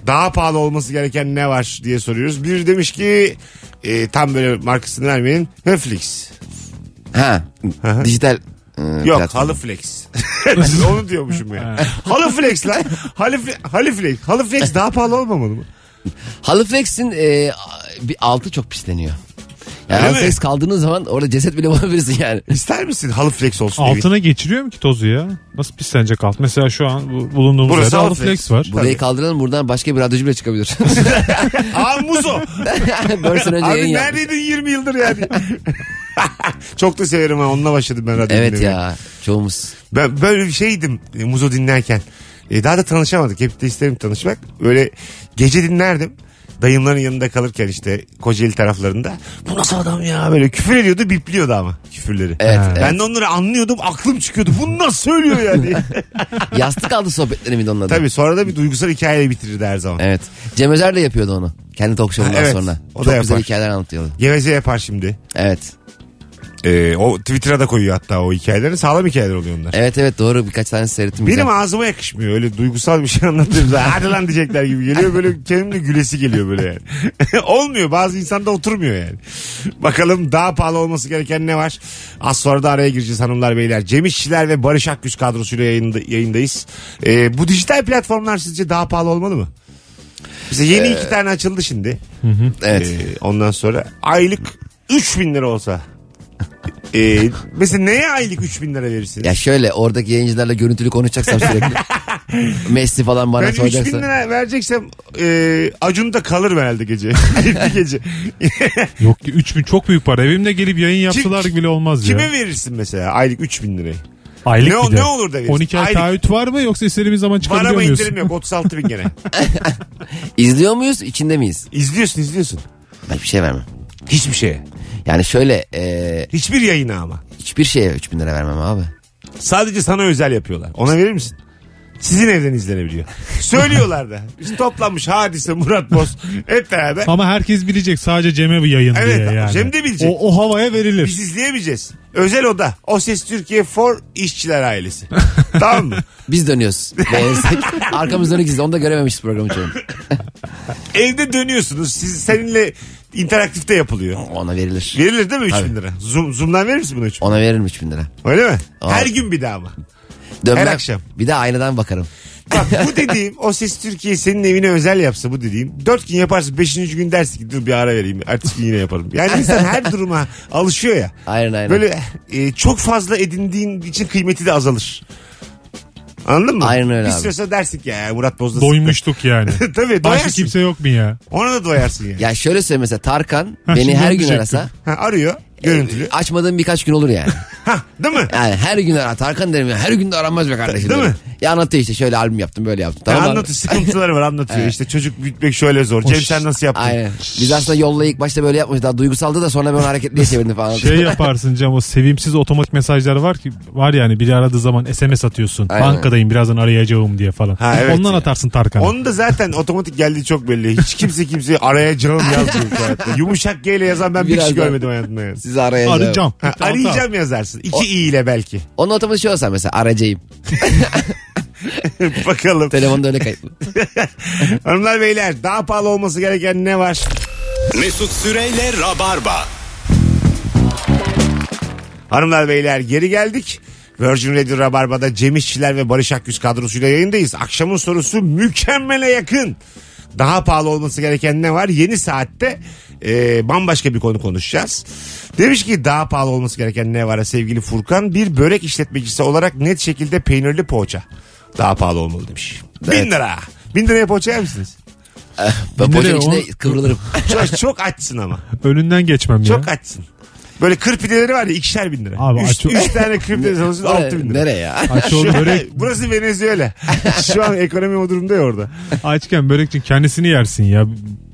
daha pahalı olması gereken ne var diye soruyoruz. Bir demiş ki e, tam böyle markasını vermeyin. Höflix.
Ha dijital e,
Yok
platform.
Halıflex. <laughs> Onu diyormuşum ya. Halıflex lan. Halifle- Haliflex. Halıflex daha pahalı olmamalı mı?
Halifax'in e, a- bir altı çok pisleniyor. Yani
Öyle mi?
Anflex kaldığınız zaman orada ceset bile bulabilirsin
<laughs>
yani.
İster misin halı flex olsun evin?
Altına geçiriyorum ki tozu ya. Nasıl pislenecek alt? Mesela şu an bu- bulunduğumuz
Burası
yerde
halı
halı flex
flex.
var.
Burayı kaldıralım buradan başka bir radyocu
<laughs>
bile çıkabilir. <laughs>
Aa muzo.
Dört sene önce yayın
Abi
yapmış.
neredeydin 20 yıldır yani? <laughs> Çok da severim ha. Onunla başladım ben radyo
Evet
dinlemeye.
ya çoğumuz.
Ben böyle bir şeydim e, Muzo dinlerken. E, daha da tanışamadık. Hep de isterim tanışmak. Öyle gece dinlerdim. Dayımların yanında kalırken işte Kocaeli taraflarında. Bu nasıl adam ya böyle küfür ediyordu bipliyordu ama küfürleri.
Evet,
Ha.
evet.
Ben de onları anlıyordum aklım çıkıyordu. Bunu nasıl söylüyor
<laughs>
yani?
Yastık aldı sohbetleri miydi onunla da?
Tabii sonra da bir duygusal hikayeyle bitirirdi her zaman.
Evet. Cem Özer de yapıyordu onu. Kendi talk show'undan
Ha, evet.
sonra.
O da
Çok güzel
yapar.
hikayeler anlatıyordu.
Geveze yapar şimdi.
Evet.
E, o Twitter'a da koyuyor hatta o hikayeleri. Sağlam hikayeler oluyor onlar.
Evet evet doğru birkaç tane seyrettim.
Benim
güzel.
ağzıma yakışmıyor. Öyle duygusal bir şey anlattığımda hadi lan diyecekler gibi geliyor. Böyle kendimle gülesi geliyor böyle yani. <laughs> Olmuyor. Bazı insanda oturmuyor yani. Bakalım daha pahalı olması gereken ne var? Az sonra da araya gireceğiz hanımlar beyler. Cem İşçiler ve Barış Akgüz kadrosuyla yayında, yayındayız. Ee, bu dijital platformlar sizce daha pahalı olmalı mı? Bize yeni iki tane açıldı şimdi.
Evet.
Ee, ondan sonra aylık 3000 lira olsa. Ee, mesela neye aylık 3000 lira verirsiniz?
Ya şöyle oradaki yayıncılarla görüntülü
<laughs>
konuşacaksam sürekli. Messi falan bana
Ben 3000
soracaksa.
lira vereceksem e, Acun da kalır herhalde gece. bir gece.
Yok ki 3000 çok büyük para. Evimde gelip yayın yapsalar bile olmaz ya.
Kime verirsin mesela aylık 3000 lirayı?
Aylık
Ne o-
bir de.
ne olur da verirsin.
12 ay
Aylık.
taahhüt var mı yoksa istediğimiz zaman
Var
çıkabiliyor
ama
muyuz?
indirim yok 36 bin gene.
İzliyor muyuz içinde miyiz?
İzliyorsun izliyorsun.
Ben bir şey vermem.
Hiçbir şeye.
Yani şöyle e,
Hiçbir yayına ama.
hiçbir şeye 3000 lira vermem abi.
Sadece sana özel yapıyorlar. Ona verir misin? Sizin evden izlenebiliyor. Söylüyorlar da. Biz toplanmış hadise Murat Boz hep beraber.
Ama herkes bilecek sadece Cem'e bir yayın
Evet,
diye yani.
Cem de bilecek.
O, o havaya verilir.
Biz izleyemeyeceğiz. Özel oda. O Ses Türkiye for işçiler ailesi. tamam mı?
Biz
<laughs>
dönüyoruz. Beğensek. Arkamız dönük izle. Onu da görememişiz programı çoğunu.
Evde dönüyorsunuz. Siz seninle interaktifte yapılıyor.
Ona verilir.
Verilir değil mi 3000 lira? Zoom, zoom'dan verir misin bunu 3000?
Ona veririm 3000 lira.
Öyle mi?
Aa.
Her gün bir daha mı?
Dönmem.
akşam.
Bir de aynadan bakarım.
Bak
<laughs>
bu dediğim o ses Türkiye senin evine özel yapsa bu dediğim. Dört gün yaparsın beşinci gün dersin ki dur bir ara vereyim. Ertesi gün yine yaparım. Yani insan
<laughs>
her duruma alışıyor ya.
Aynen aynen.
Böyle e, çok fazla edindiğin için kıymeti de azalır. Anladın mı?
Aynen öyle
bir
abi.
süre sonra dersin ki ya Murat Boz'da
Doymuştuk yani.
sıktı." <laughs> Tabii
Başka
doyarsın.
kimse yok mu ya?
Ona da doyarsın yani.
Ya şöyle söyleyeyim mesela Tarkan
<laughs> Ha,
beni
şimdi
her
onu
gün
diyecektim.
arasa
Ha, arıyor görüntülü.
açmadığım birkaç gün olur yani.
Ha, değil mi?
Yani her gün arar. Tarkan derim ya her gün de aranmaz be kardeşim.
Değil
derim.
mi?
Ya anlatıyor işte şöyle albüm yaptım böyle
E,
yaptım.
Ya
Tamam abi.
anlatıyor sıkıntıları var anlatıyor. işte çocuk büyütmek şöyle zor. Cem sen nasıl yaptın?
Aynen. Biz aslında yolla ilk başta böyle yapmışız. Daha duygusaldı da sonra ben onu hareketliye çevirdim falan.
Şey yaparsın Cem o sevimsiz otomatik mesajlar var ki var yani biri aradığı zaman SMS atıyorsun.
Aynen.
Bankadayım birazdan arayacağım diye falan.
Ha, evet
Ondan
ya.
atarsın Tarkan'a.
Onu da zaten otomatik geldiği çok belli. Hiç kimse kimseyi arayacağım yazmıyor bu hayatta. Yumuşak G ile yazan ben bir
Biraz
kişi
daha-
görmedim hayatımda. yani.
Sizi arayacağım.
Arayacağım.
Ha, arayacağım yazarsın. İki i ile belki. <laughs>
Onun otomatik şey olsa mesela aracayım.
Bakalım.
Telefonda öyle kayıtlı.
Hanımlar beyler daha pahalı olması gereken ne var?
Mesut Süreyle Rabarba.
Hanımlar beyler geri geldik. Virgin Radio Rabarba'da Cem İşçiler ve Barış Akgüz kadrosuyla yayındayız. Akşamın sorusu mükemmele yakın. Daha pahalı olması gereken ne var? Yeni saatte e, bambaşka bir konu konuşacağız. Demiş ki daha pahalı olması gereken ne var sevgili Furkan? Bir börek işletmecisi olarak net şekilde peynirli poğaça. Daha pahalı olmalı demiş. Bin lira. Bin liraya poğaça yer misiniz?
Ben
Nereye
poşetin
o?
içinde kıvrılırım.
<laughs>
Çok, çok açsın ama.
Önünden geçmem ya.
Çok açsın. Böyle kır pideleri var ya ikişer bin lira.
Abi
üç,
aç-
üç tane kır pidesi olsun <laughs>
<laughs>
altı bin lira.
Nereye ya? <laughs>
Aç
Şu
ol
an-
börek,
<laughs> Burası Venezuela. Şu an ekonomi o durumda ya orada.
açken börekçi kendisini yersin ya.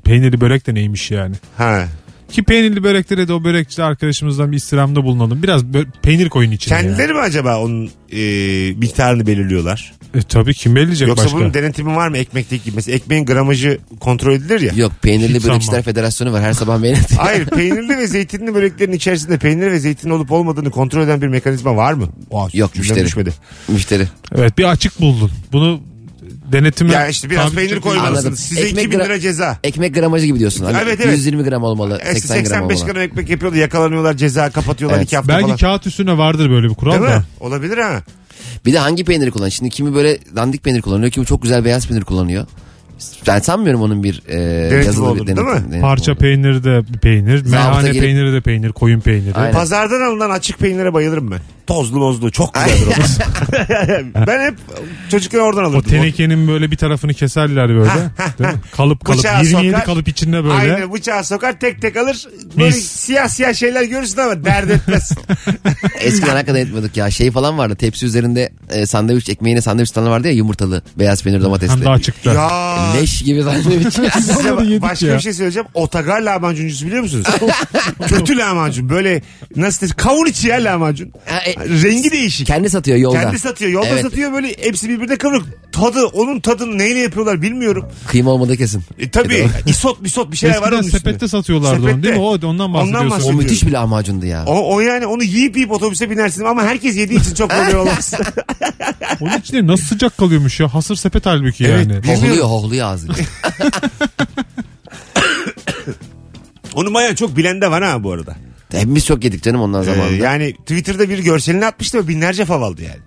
Peynirli börek de neymiş yani.
Ha.
Ki peynirli böreklere de o börekçi arkadaşımızdan bir istirhamda bulunalım. Biraz bö- peynir koyun içine.
Kendileri mi acaba onun e, miktarını belirliyorlar?
ya. E, tabii kim belirleyecek
Yoksa
başka?
bunun denetimi var mı ekmekteki gibi? Mesela ekmeğin gramajı kontrol edilir ya.
Yok peynirli
Hiç
börekçiler
sanmam.
federasyonu var her
<laughs>
sabah beni.
Hayır peynirli ve zeytinli böreklerin içerisinde peynir ve zeytin olup olmadığını kontrol eden bir mekanizma var mı? Aa,
Yok,
cümle
müşteri.
düşmedi.
Müşteri.
Evet bir açık buldun. Bunu denetime...
Ya işte biraz
tabi
peynir
tutacak-
koymalısınız.
Anladım.
Size
Ekmek
2000
gra-
lira ceza.
Ekmek gramajı gibi diyorsun. Hani
Evet, evet.
120 gram olmalı.
E,
80 gram
85
olmalı.
gram ekmek yapıyordu yakalanıyorlar ceza kapatıyorlar
Evet.
iki hafta
Belki
falan.
kağıt üstüne vardır böyle bir kural
Değil mi?
da.
Olabilir ha.
Bir de hangi peyniri kullan? Şimdi kimi böyle dandik peynir kullanıyor, kimi çok güzel beyaz peynir kullanıyor. yani sanmıyorum onun bir e,
Denetimi
yazılı
olur,
bir
değil mi?
denetimi
Parça
olur.
peyniri de peynir.
Zabıta
Meyhane
gelip-
peyniri de peynir. Koyun peyniri.
Aynen.
Pazardan alınan açık peynire bayılırım ben. Tozlu bozlu çok güzeldir orası. <laughs> ben hep çocukken oradan alırdım.
O tenekenin böyle bir tarafını keserler böyle. Değil mi? Kalıp kalıp.
Bıçağı
27
sokar.
kalıp içinde böyle.
Aynen bıçağı sokar tek tek alır. Böyle
Mis.
siyah siyah şeyler görürsün ama dert etmez.
Eskiden hakikaten etmedik ya. Şey falan vardı. Tepsi üzerinde e, sandviç ekmeğine sandviç tanı vardı ya yumurtalı. Beyaz peynir domatesli.
Hem de açıkta.
ya.
Leş
<laughs>
gibi sandviç. <laughs>
Size
Onları yedik
başka
ya.
bir şey söyleyeceğim. Otagar lahmacuncusu biliyor musunuz? Kötü lahmacun. Böyle nasıl desem kavun içi ya lahmacun.
Ha, e,
Rengi değişik.
Kendi satıyor yolda.
Kendi satıyor. Yolda
Evet.
satıyor böyle hepsi birbirine kıvrık. Tadı onun tadını neyle yapıyorlar bilmiyorum.
Kıyma olmadı kesin.
E, tabii isot misot bir şeyler var onun
Eskiden
üstünde.
sepette satıyorlardı onu değil mi? O, ondan bahsediyorsun.
O
bahsediyorum.
müthiş bir lahmacundu ya.
O, o yani onu yiyip yiyip otobüse binersin ama herkes yediği için çok
<laughs>
oluyor olmaz.
Onun içinde nasıl sıcak kalıyormuş ya. Hasır sepet halbuki
Evet,
yani.
bilmiyorum.
Hohluyor
<laughs>
hohluyor ağzı.
onu baya çok bilen de var ha bu arada.
E,
Hepimiz çok yedik canım ondan
Ee,
zamanında.
yani Twitter'da bir görselini atmıştı ve binlerce fav aldı yani.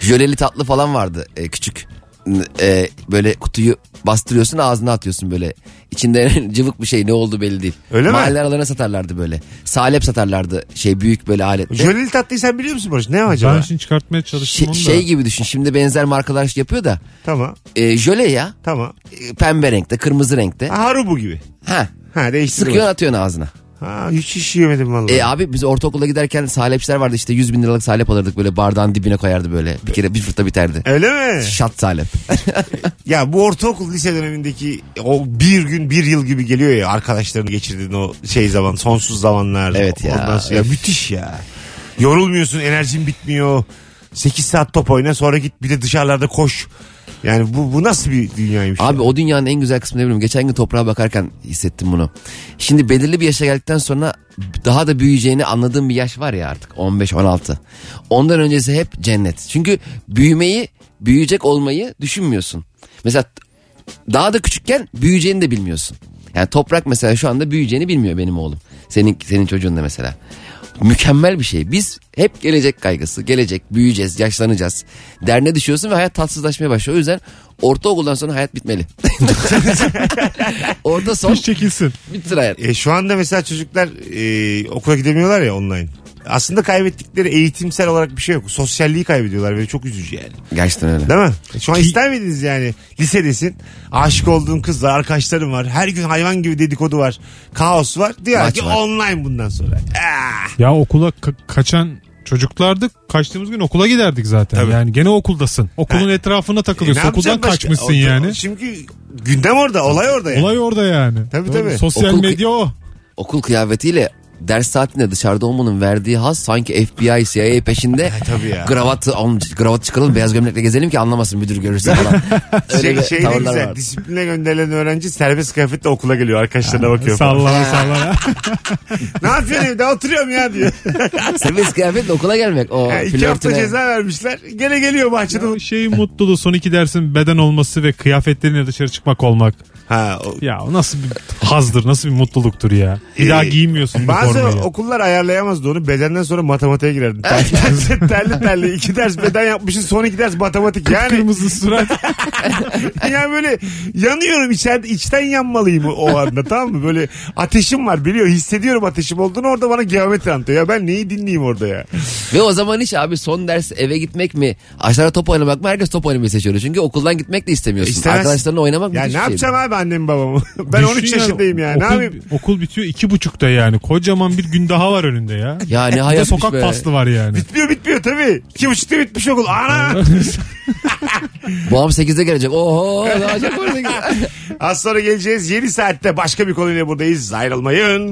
Jöleli tatlı falan vardı e, küçük. N- e, böyle kutuyu bastırıyorsun ağzına atıyorsun böyle. İçinde <laughs> cıvık bir şey ne oldu belli değil.
Öyle mi?
Mahalle aralarına satarlardı böyle. Salep satarlardı şey büyük böyle alette.
Jöleli tatlıyı sen biliyor musun Barış? Ne o acaba?
Ben şimdi çıkartmaya çalıştım
Şey,
onu da.
şey gibi düşün şimdi benzer markalar yapıyor da.
Tamam
E, jöle ya
tamam.
E, pembe renkte kırmızı renkte.
Ha, Harubu gibi.
Ha.
Ha değiştirdim.
Sıkıyorsun atıyorsun ağzına.
Ha hiç iş yemedim vallahi.
E abi biz ortaokula giderken salepçiler vardı işte 100 bin liralık salep alırdık böyle bardağın dibine koyardı böyle. Bir kere bir fırta biterdi.
Öyle mi?
Şat salep.
Ya bu ortaokul lise dönemindeki o bir gün bir yıl gibi geliyor ya arkadaşlarını geçirdiğin o şey zaman sonsuz zamanlar.
Evet ya.
Ondan sonra- ya müthiş ya. Yorulmuyorsun enerjin bitmiyor. 8 saat top oyna sonra git bir de dışarılarda koş. Yani bu, bu nasıl bir dünyaymış?
Abi
ya?
o dünyanın en güzel kısmı ne bileyim. Geçen gün toprağa bakarken hissettim bunu. Şimdi belirli bir yaşa geldikten sonra daha da büyüyeceğini anladığım bir yaş var ya artık 15-16. Ondan öncesi hep cennet. Çünkü büyümeyi, büyüyecek olmayı düşünmüyorsun. Mesela daha da küçükken büyüyeceğini de bilmiyorsun. Yani toprak mesela şu anda büyüyeceğini bilmiyor benim oğlum. Senin senin çocuğun da mesela. Mükemmel bir şey. Biz hep gelecek kaygısı. Gelecek, büyüyeceğiz, yaşlanacağız. Derne düşüyorsun ve hayat tatsızlaşmaya başlıyor. O yüzden ortaokuldan sonra hayat bitmeli. <laughs> Orada son
Hiç çekilsin.
bitir hayat.
E, şu anda mesela çocuklar e, okula gidemiyorlar ya online. Aslında kaybettikleri eğitimsel olarak bir şey yok. Sosyalliği kaybediyorlar ve çok üzücü yani.
Gerçekten öyle.
Değil mi? Şu an ister miydiniz yani? Lisedesin. Aşık olduğun kızla arkadaşların var. Her gün hayvan gibi dedikodu var. Kaos var. Diyor
Maç
ki
var.
online bundan sonra. Ah,
Ya okula ka- kaçan çocuklardık. Kaçtığımız gün okula giderdik zaten.
Tabii.
Yani gene okuldasın. Okulun etrafına takılıyorsun. Okuldan
yapacaksın başka?
E, kaçmışsın
O-
yani.
Çünkü gündem orada. Olay orada yani.
Olay orada yani.
Tabii,
Doğru.
tabii.
Sosyal
Okul-
medya o.
Okul kıyafetiyle ders saatinde dışarıda olmanın verdiği haz sanki FBI CIA peşinde
<laughs> tabii ya.
kravatı alın, kravat çıkaralım beyaz gömlekle gezelim ki anlamasın müdür görürse falan.
<laughs>
Öyle
Şey,
bir
şey ne
tavırlar
güzel.
var.
Disipline gönderilen öğrenci serbest kıyafetle okula geliyor. Arkadaşlarına bakıyor. falan. <laughs>
Sallana sallana.
ne yapıyorsun evde? Oturuyorum ya diyor.
Serbest kıyafetle okula
<laughs>
gelmek. O
Yani iki hafta
flörtüne.
ceza vermişler. Gene geliyor bahçede.
Ya şey mutluluğu son iki dersin beden olması ve kıyafetlerine dışarı çıkmak olmak.
Ha, o-
Ya o nasıl bir hazdır nasıl bir mutluluktur ya. Bir daha
Ee,
giymiyorsun bu
Bazı
formayı.
okullar ayarlayamazdı onu. Bedenden sonra matematiğe
<laughs>
girerdin. terli, terli terli iki ders beden yapmışsın son iki ders matematik. Yani,
Kırmızı surat.
yani böyle yanıyorum içeride içten yanmalıyım o anda tamam mı? Böyle ateşim var biliyor hissediyorum ateşim olduğunu orada bana geometri anlatıyor. Ya ben neyi dinleyeyim orada ya?
Ve o zaman hiç abi son ders eve gitmek mi? Aşağıda top oynamak mı? Herkes top oynamayı seçiyor. Çünkü okuldan gitmek de istemiyorsun.
İstemez.
Arkadaşlarınla oynamak
Ya ne
müthiş bir şey.
yapacağım abi annemi babamı? <laughs> <laughs> Ben 13
Düşün
yaşındayım ya. Ne
Okul,
yapayım?
okul bitiyor iki buçukta yani. Kocaman bir gün daha var önünde ya.
Ya ne
Bir de
hayatmış
sokak
be.
faslı var yani.
Bitmiyor bitmiyor tabii. İki buçukta bitmiş okul. Ana!
Babam 8'de gelecek. Oho daha çok var.
<laughs> Az sonra geleceğiz. Yeni saatte başka bir konuyla buradayız. Ayrılmayın.